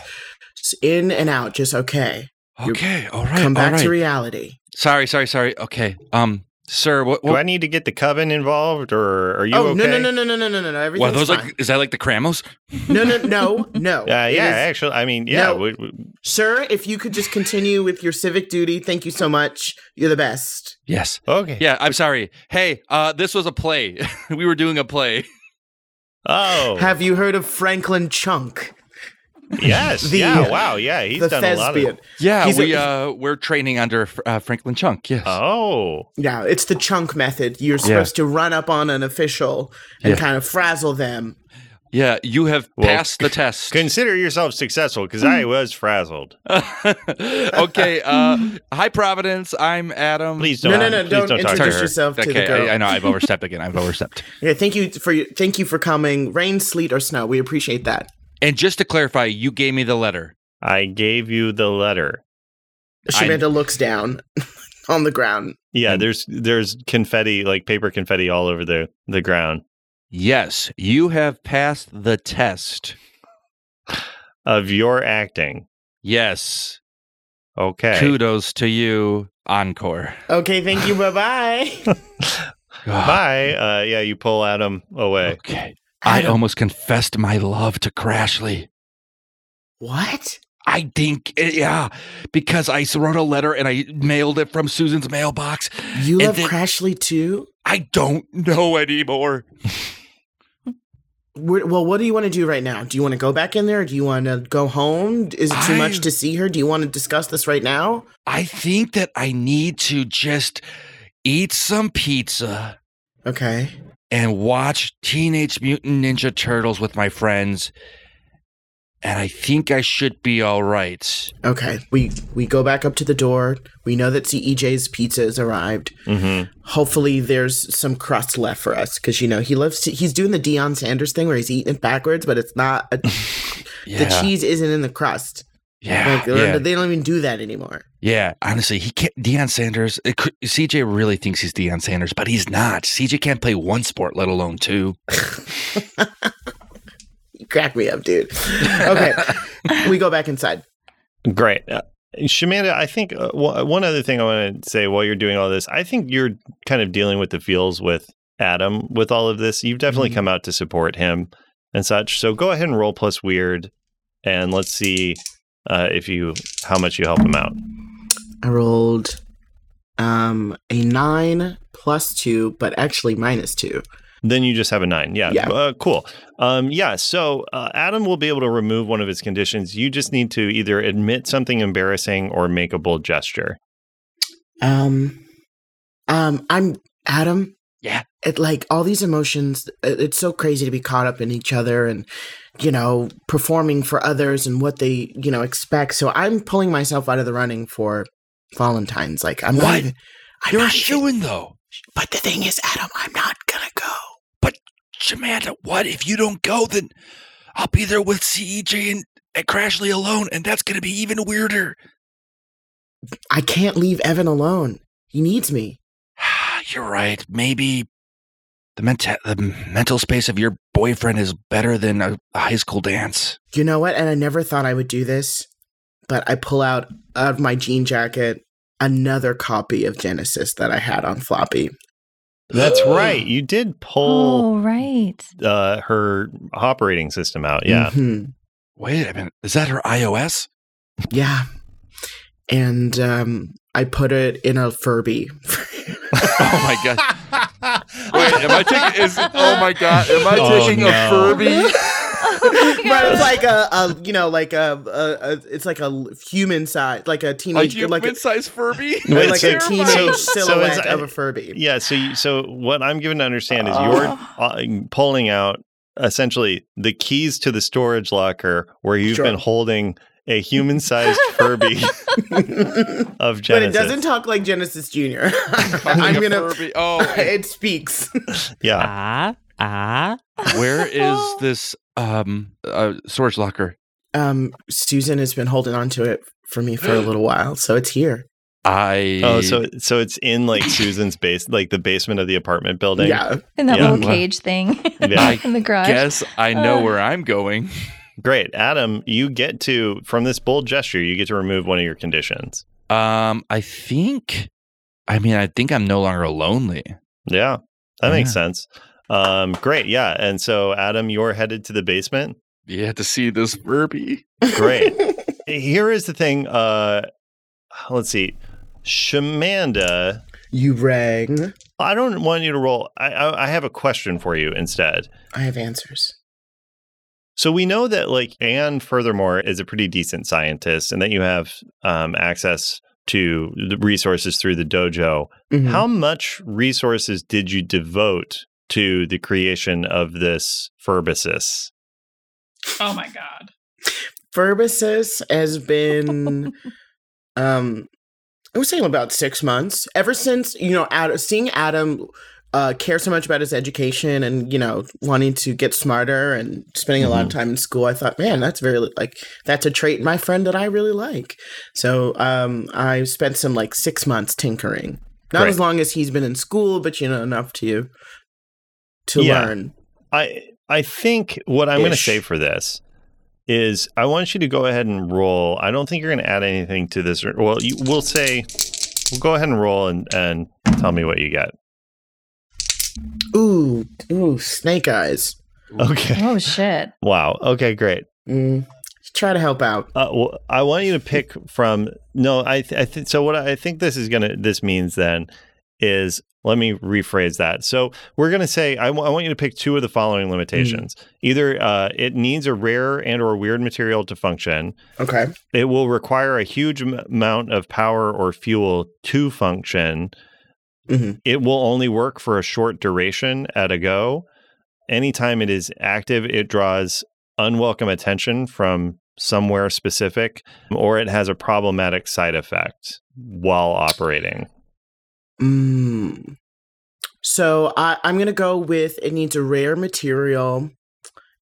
just in and out, just okay.
Okay, all right,
Come back
all right.
to reality.
sorry, sorry, sorry. Okay, um, sir, what?
Do
what
I need to get the coven involved, or are you
oh,
okay?
no, no, no, no, no, no, no, no, no.
Wow,
Everything's
those
fine.
like is that like the Kramos?
no, no, no, no.
Uh, yeah,
It is-
actually, I mean, yeah,
No.
we, we-
Sir, if you could just continue with your civic duty, thank you so much. You're the best.
Yes.
okay.
Yeah, I'm sorry. Hey, uh, this was a play. we were doing a play.
Oh,
Have you heard of Franklin Chunk,
yes.
the-
yeah. Wow. Yeah, he's
the
done a lot
thespian?
of.
Yeah,
He's a-
we uh, we're training under uh, Franklin Chunk. Yes.
Oh,
Yeah, it's the chunk method. You're supposed to run up on an official and
Yeah.
kind of frazzle them.
yeah, you have
Well,
passed the test.
consider yourself successful because I was frazzled.
okay. Uh, hi, Providence. I'm Adam.
Please
No,
don't.
no, no,
please
don't
talk
introduce
to her.
yourself to the
Okay,
girl.
I, I know I've overstepped again. I've overstepped.
Yeah, thank you for your, thank you for coming. Rain, sleet, or snow, we appreciate that.
And just to clarify, you gave me the letter.
I gave you the letter.
I-
Shamanda looks down on the ground.
Yeah, there's there's confetti, like paper confetti, all over the the ground
Yes, you have passed the test.
of your acting.
Yes.
Okay.
Kudos to you. Encore.
Okay, thank you. Bye bye.
Bye. Uh, yeah, you pull Adam away.
Okay.
I
I
don't-
almost confessed my love to Crashly.
what?
I think, eh, yeah, because I wrote a letter and I mailed it from Susan's mailbox.
You
And
love
then-
Crashly too?
I don't know anymore.
Wh- Well, what do you want to do right now? Do you want to go back in there? Do you want to go home? Is it too
I-
much to see her? Do you want to discuss this right now?
I think that I need to just eat some pizza
Okay.
and watch Teenage Mutant Ninja Turtles with my friends. And I think I should be all right.
Okay. We we go back up to the door. We know that CEJ's pizza has arrived.
Mm-hmm.
Hopefully there's some crust left for us cuz you know, he loves to, he's doing the Dion Sanders thing where he's eating it backwards, but it's not a, the cheese isn't in the crust.
Yeah,
Like they
yeah,
don't, they don't even do that anymore.
yeah. Honestly, he can't. Deion Sanders. It could, CJ really thinks he's Deion Sanders, but he's not. CJ can't play one sport, let alone two.
You crack me up, dude. Okay, we go back inside.
Great. Uh, Shamanda, I think uh, w- one other thing I want to say while you're doing all this, I think you're kind of dealing with the feels with Adam with all of this. You've definitely come out to support him and such. So go ahead and roll plus weird, and let's see uh, if you how much you help him out.
I rolled um a nine plus two, but actually minus two.
Then you just have a nine. Yeah.
Yeah.
Uh, cool. Um, yeah. So uh, Adam will be able to remove one of his conditions. You just need to either admit something embarrassing or make a bold gesture.
Um, um, I'm Adam.
Yeah.
It like all these emotions. it- It's so crazy to be caught up in each other and, you know, performing for others and what they you know expect. So I'm pulling myself out of the running for Valentine's. Like I'm
What?
not. Even, I'm
You're a
not even-
shoo-in, though.
But the thing is, Adam, I'm not gonna go.
Shamanda, what if you don't go? Then I'll be there with CJ and, and Crashly alone, and that's gonna be even weirder.
I can't leave Evan alone. He needs me.
Ah, You're right. Maybe the menta- the mental space of your boyfriend is better than a, a high school dance.
You know what? And I never thought I would do this, but I pull out of my jean jacket another copy of Genesis that I had on floppy.
That's right. You did pull
Oh, right.
uh, her operating system out. Uh, Yeah.
Mhm.
Wait a minute. Is that her iOS?
Yeah. And um, I put it in a Furby.
Oh my god. Wait, am I taking? Is oh my god? Am I
Oh,
taking
no.
a Furby?
Oh
but
my God.
it's like a, a you know, like a, a, a it's like a human size, like a
Like
teenage,
you
like a,
mid-sized Furby?
Wait,
like a
so-
teenage
so- so
silhouette
it's-
of a Furby.
Yeah. So, you, so what I'm given to understand is
Oh.
you're uh, pulling out essentially the keys to the storage locker where you've
Sure.
been holding a human-sized Furby
but
of
it
Genesis.
doesn't talk like Genesis Junior. I'm gonna.
Furby. Oh,
It speaks.
Yeah.
Ah, ah.
where is this um uh, storage locker?
Um, Susan has been holding on to it for me for a little while, so it's here.
I
Oh, so so it's in like Susan's base, like the basement of the apartment building.
Yeah.
In that
Yeah.
little cage thing
Yeah.
in the garage.
guess I know
Uh.
where I'm going.
Great, Adam. You get to from this bold gesture, you get to remove one of your conditions.
Um, I think. I mean, I think I'm no longer lonely.
Yeah, that makes
Yeah.
sense. Um, great, yeah. And so, Adam, you're headed to the basement.
You had to see this Furby.
Great. Here is the thing. Uh, let's see, Shamanda.
You rang.
I don't want you to roll. I, I, I have a question for you instead.
I have answers.
So we know that like Anne, furthermore, is a pretty decent scientist, and that you have um, access to the resources through the dojo.
Mhm.
How much resources did you devote to the creation of this Furbasis?
Oh my god.
Furbasis has been, um, I would say about six months. Ever since you know, Ad- seeing Adam uh, care so much about his education and you know wanting to get smarter and spending a lot
Mm-hmm.
of time in school, I thought, man, that's very like that's a trait in my friend that I really like. So um, I spent some like six months tinkering. Not
Great.
as long as he's been in school, but you know enough to to
Yeah.
learn.
I I think what I'm going to
Ish.
say for this is I want you to go ahead and roll. I don't think you're going to add anything to this. Or, well, you, we'll say we'll go ahead and roll and and tell me what you get.
Ooh, ooh, snake eyes.
Okay.
Oh shit.
Wow. Okay. Great.
Mm. Try to help out.
Uh, well, I want you to pick from no. I th- I think so. What I think this is gonna this means then is let me rephrase that. So we're gonna say I wa- I want you to pick two of the
Mm.
following limitations. Either uh, it needs a rare and or weird material to function.
Okay.
It will require a huge am- amount of power or fuel to function.
hmm
It will only work for a short duration at a go. Anytime it is active, it draws unwelcome attention from somewhere specific, or it has a problematic side effect while operating.
Hmm. Mm. So I, I'm going to go with it needs a rare material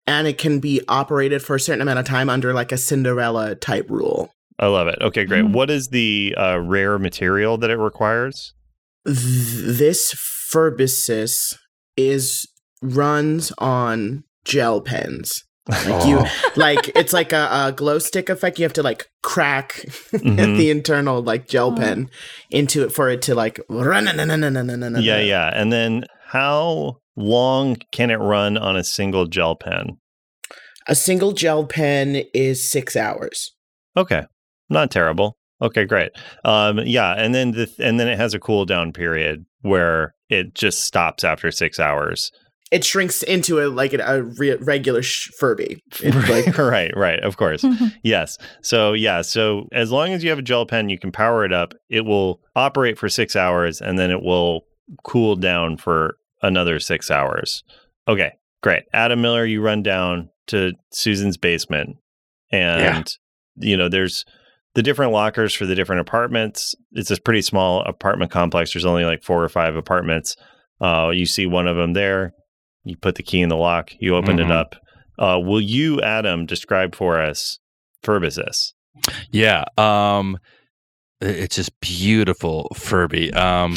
and it can be operated for a certain amount of time under like a Cinderella type rule.
I love it. Okay, great.
Mhm.
What is the uh, rare material that it requires?
Th- this Furbicis is runs on gel pens. Like you, like it's like a, a glow stick effect. You have to like crack
Mhm.
the internal like gel
Oh.
pen into it for it to like run. Yeah,
yeah, yeah. And then how long can it run on a single gel pen?
A single gel pen is six hours.
Okay, not terrible. Okay, great. Um, yeah, and then the and then it has a cool down period where it just stops after six hours.
It shrinks into a like a, a re- regular sh- Furby. It's like
right, right, of course. Yes. So yeah. So as long as you have a gel pen, you can power it up. It will operate for six hours, and then it will cool down for another six hours. Okay, great. Adam Miller, you run down to Susan's basement, and
Yeah.
you know there's the different lockers for the different apartments. It's a pretty small apartment complex. There's only like four or five apartments. Uh, you see one of them there. You put the key in the lock. You open
Mm-hmm.
Mhm.
it up. Uh, will you, Adam, describe for us Furbicis?
Yeah. Um i- it's just beautiful Furby. Um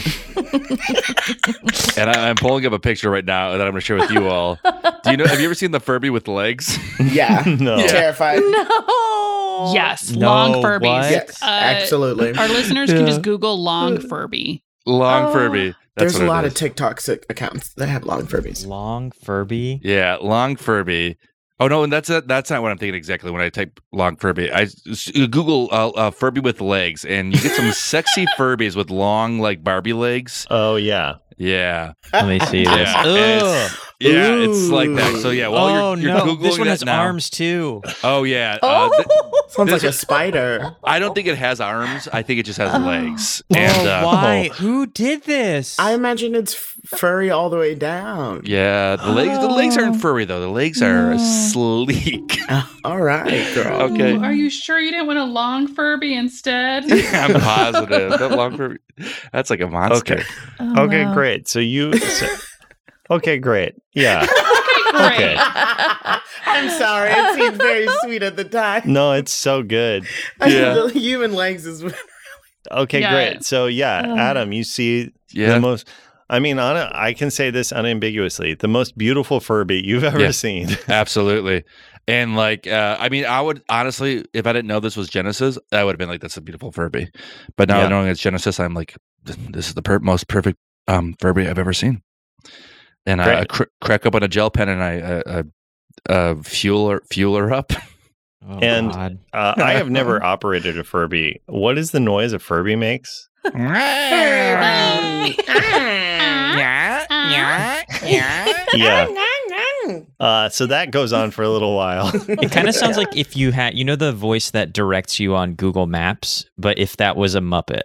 and I, I'm pulling up a picture right now that I'm gonna share with you all. Do you know have you ever seen the Furby with legs?
yeah,
no.
terrified.
no.
Yes,
No,
long Furbies.
what?
Yes,
Uh,
absolutely.
Our listeners can
Oh, Yeah.
just Google long Furby.
Long
Oh.
Furby. That's
There's
what
a
it
lot
is.
of TikTok accounts that have long Furbies.
Long Furby.
Yeah, long Furby. Oh no, and that's a, that's not what I'm thinking exactly when I type long Furby. I s- Google uh, uh, Furby with legs, and you get some sexy Furbies with long like Barbie legs.
Oh, yeah.
Yeah,
Let me see this.
Yeah,
Ugh.
it's- yeah, it's like that. So yeah, while
oh
you're, you're
no,
googling
this one
that
has
now-
arms too.
Oh yeah, uh, th-
Oh.
Sounds
There's
like a
a-
spider.
I don't think it has arms. I think it just has
Oh.
legs.
oh,
And uh,
why? Who did this?
I imagine it's f- furry all the way down.
yeah, the legs the legs
Oh.
aren't furry though. The legs are
No.
sleek.
All right, girl.
Okay.
Ooh, are you sure you didn't want a long Furby instead?
I'm positive that long Furby. That's like a monster.
Okay.
Oh,
okay,
wow.
great. So you. so- okay, great. Yeah.
Great.
I'm sorry. It seemed very sweet at the time.
No, it's so good.
Yeah.
Human legs is.
Okay,
Yeah.
great. So, yeah,
Oh.
Adam, you see
Yeah.
the most. I mean, on a, I can say this unambiguously the most beautiful Furby you've ever
Yeah.
seen.
Absolutely. And like, uh, I mean, I would honestly, if I didn't know this was Genesis, I would have been like, that's a beautiful Furby. But now
Yeah.
knowing it's Genesis, I'm like, th- this is the per- most perfect um, Furby I've ever seen. And I, I
Great.
cr- crack open a gel pen and I, I, I uh, fuel, her, fuel her up.
Oh,
And-
God.
Uh, I have never operated a Furby. What is the noise a Furby makes? Yeah. Uh, so that goes on for a little while.
it kind of sounds like if you had, you know, the voice that directs you on Google Maps, but if that was a Muppet.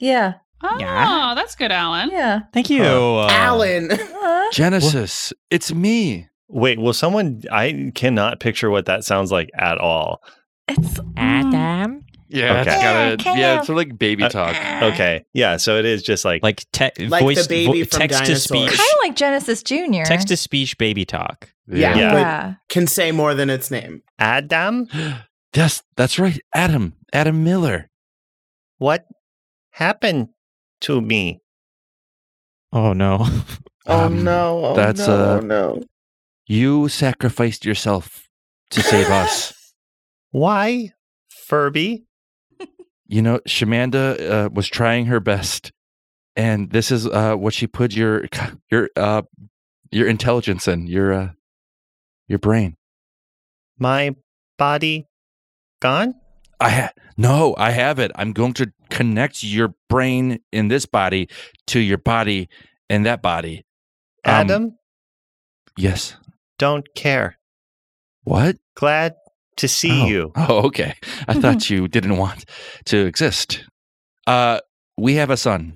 Yeah.
Oh,
Yeah.
that's good, Alan.
Yeah.
Thank you, uh,
Alan.
Huh?
Genesis, it's me.
Wait, will someone? I cannot picture what that sounds like at all.
It's mm,
Yeah,
Okay.
it's got a, yeah, it's sort of like baby
Uh,
talk.
Okay, yeah. So it is just like,
Like, te-
Like the
voice,
baby from
text to speech,
kind
Dinosaurs.
of like Genesis Junior.
text to speech baby talk.
Yeah.
Yeah.
Yeah.
Can say more than its name.
Adam,
Yes, that's right. Adam, Adam Miller.
what happened to me?
Oh no,
Oh
Um,
no! Oh,
that's,
no,
uh,
oh, no!
You sacrificed yourself to save us.
Why, Furby?
you know, Shamanda uh, was trying her best, and this is uh, what she put your your uh, your intelligence in your uh, your brain.
My body gone?
I ha- no, I have it. I'm going to connect your brain in this body to your body in that body. Um,
Adam,
yes.
don't care.
What?
Glad to see
oh.
you.
Oh, okay. I thought you didn't want to exist. Uh, we have a son.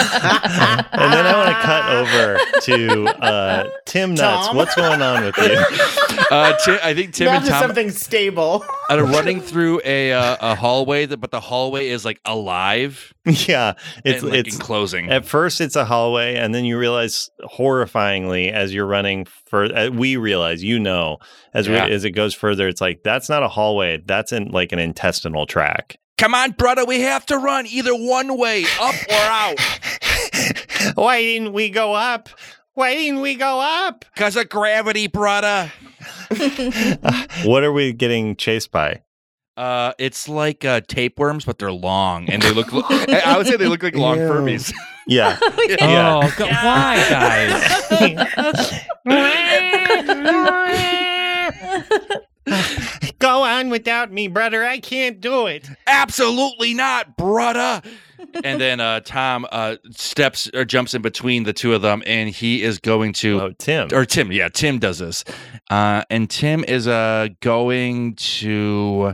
And then I want to cut over to uh, Tim Nuts.
Tom?
What's going on with you?
Uh, Ti- I think Tim
Now
and
to
Tom
something stable.
are running through a uh, a hallway, that, but the hallway is like alive.
yeah, it's
and, like,
it's
enclosing.
At first, it's a hallway, and then you realize horrifyingly as you're running for. Uh, we realize, you know, as
Yeah.
we, as it goes further, it's like that's not a hallway. That's in like an intestinal track.
Come on, brother, we have to run either one way, up or out,
Why didn't we go up? Why didn't we go up?
because of gravity, brother.
What are we getting chased by?
Uh, it's like uh, tapeworms, but they're long, and they look. I would say they look like long
Ew.
Furbies.
Yeah,
Yeah.
Oh, go- why, guys?
go on without me, brother. I can't do it.
Absolutely not, brother. and then uh, Tom uh, steps or jumps in between the two of them, and he is going to
Oh, Tim.
or Tim, yeah, Tim does this. Uh, and Tim is uh, going to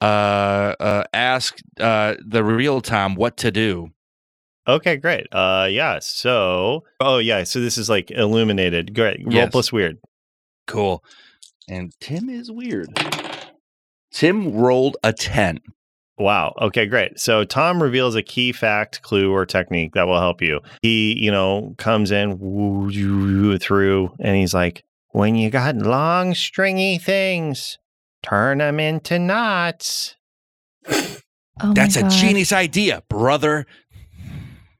uh, uh, ask uh, the real Tom what to do.
Okay, great. Uh, yeah. So, oh yeah. So this is like illuminated. Great. Roll
Yes.
plus weird.
Cool. And Tim is weird. Tim rolled a 10.
Wow. Okay, great. So Tom reveals a key fact, clue, or technique that will help you. He, you know, comes in woo, woo, woo, through and he's like, when you got long, stringy things, turn them into knots.
Oh my
That's a
God.
genius idea, brother.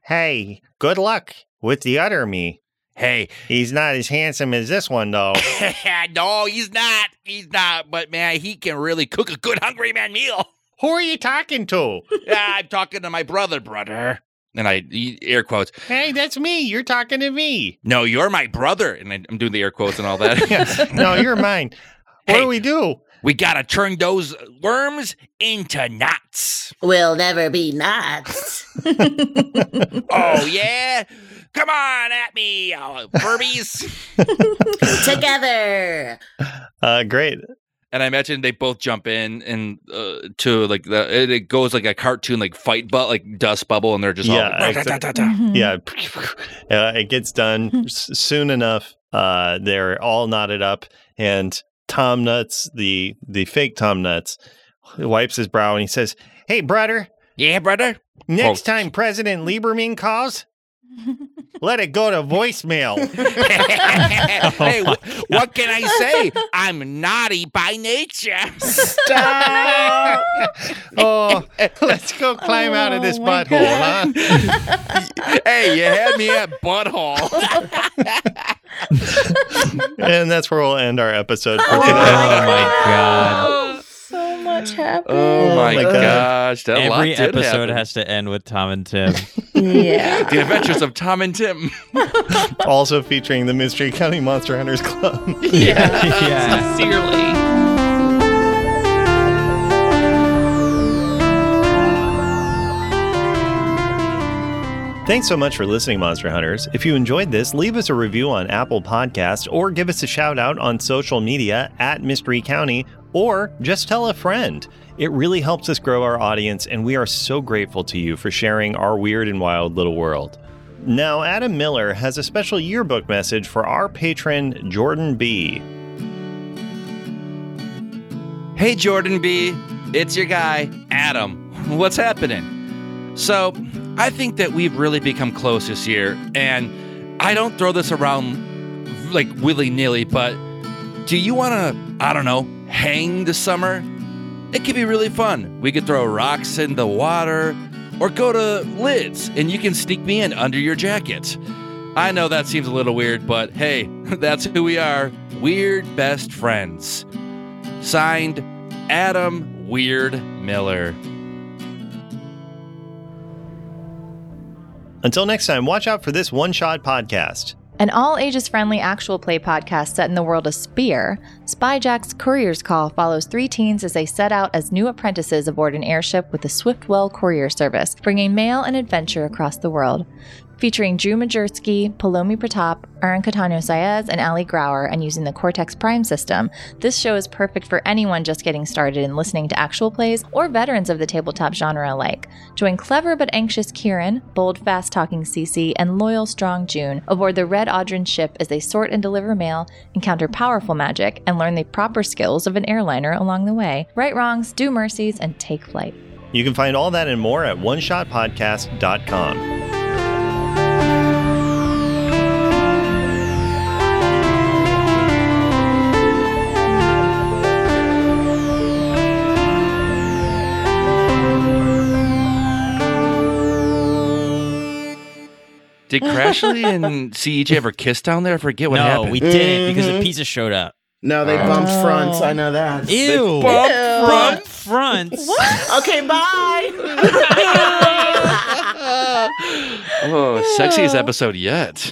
Hey, good luck with the other me.
Hey,
He's not as handsome as this one, though.
no, he's not. He's not. But man, he can really cook a good hungry man meal.
Who are you talking to?
Ah, I'm talking to my brother, brother. And I e, air quotes.
Hey, that's me. You're talking to me.
No, you're my brother. And I- I'm doing the air quotes and all that.
no, you're mine. What
Hey.
do we do?
We gotta turn those worms into knots.
We'll never be nuts.
Oh yeah! Come on at me, uh, Furbies.
Together.
Uh, great.
and I imagine they both jump in and uh, to like the it, it goes like a cartoon like fight but like dust bubble and they're just
Yeah,
all
exact-
"Ra-ta-ta-ta-ta."
Mhm.
Yeah, uh, it gets
Hmm.
done s- soon enough. Uh, they're all knotted up, and Tom Nuts, the the fake Tom Nuts, wipes his brow and he says, "Hey, brother,
Yeah, brother.
next
Oh.
time President Lieberman calls, let it go to voicemail."
hey, wh- what can I say? I'm naughty by nature.
Stop.
oh, let's go climb out of this
Oh, my
butthole, huh?
hey, you had me at butthole.
And that's where we'll end our episode for
Oh
today.
my god.
So much happened.
Oh my,
my God.
gosh, that lot
Every
did
episode
happen.
has to end with Tom and Tim.
Yeah.
the adventures of Tom and Tim.
also featuring the Mystery County Monster Hunters Club.
yeah.
Sincerely.
Thanks so much for listening, Monster Hunters. If you enjoyed this, leave us a review on Apple Podcasts or give us a shout out on social media at Mystery County or just tell a friend. It really helps us grow our audience, and we are so grateful to you for sharing our weird and wild little world. Now, Adam Miller has a special yearbook message for our patron, Jordan B.
Hey, Jordan B. It's your guy, Adam. What's happening? So, I think that we've really become close this year, and I don't throw this around like willy nilly, but do you want to, I don't know, hang this summer? It could be really fun. We could throw rocks in the water or go to lids, and you can sneak me in under your jacket. I know that seems a little weird, but hey, that's who we are weird best friends. Signed, Adam Weird Miller.
Until next time, watch out for this one shot podcast.
An all ages friendly actual play podcast set in the world of Spear, Spyjack's Courier's Call follows three teens as they set out as new apprentices aboard an airship with the Swiftwell Courier Service, bringing mail and adventure across the world.
featuring Drew Majerski, Palomi Pratap, Aaron Catano Saez, and Ali Grauer, and using the Cortex Prime system. This show is perfect for anyone just getting started and listening to actual plays or veterans of the tabletop genre alike. Join clever but anxious Kieran, bold, fast talking Cece, and loyal, strong June aboard the Red Audrin ship as they sort and deliver mail, encounter powerful magic, and learn the proper skills of an airliner along the way. Right wrongs, do mercies, and take flight.
You can find all that and more at oneshotpodcast.com.
Did Crashly and CEJ ever kiss down there? I forget what
no,
happened.
we didn't because
Mhm.
the pizza showed up.
No, they bumped
Oh.
fronts. I know that.
Ew.
Bump
Ew.
front.
Bump fronts.
Okay, bye.
oh, sexiest episode yet.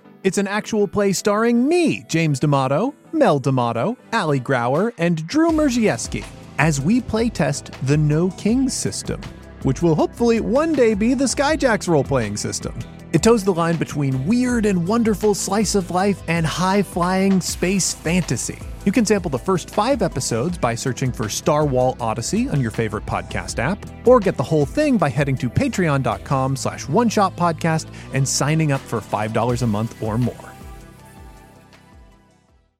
It's an actual play starring me, James D'Amato, Mel D'Amato, Ali Grauer, and Drew Merzieski, as we playtest the No Kings system, which will hopefully one day be the Skyjacks role playing system. It toes the line between weird and wonderful slice of life and high flying space fantasy. You can sample the first five episodes by searching for Star Wall Odyssey on your favorite podcast app, or get the whole thing by heading to patreon.com slash one shot podcast and signing up for $5 a month or more.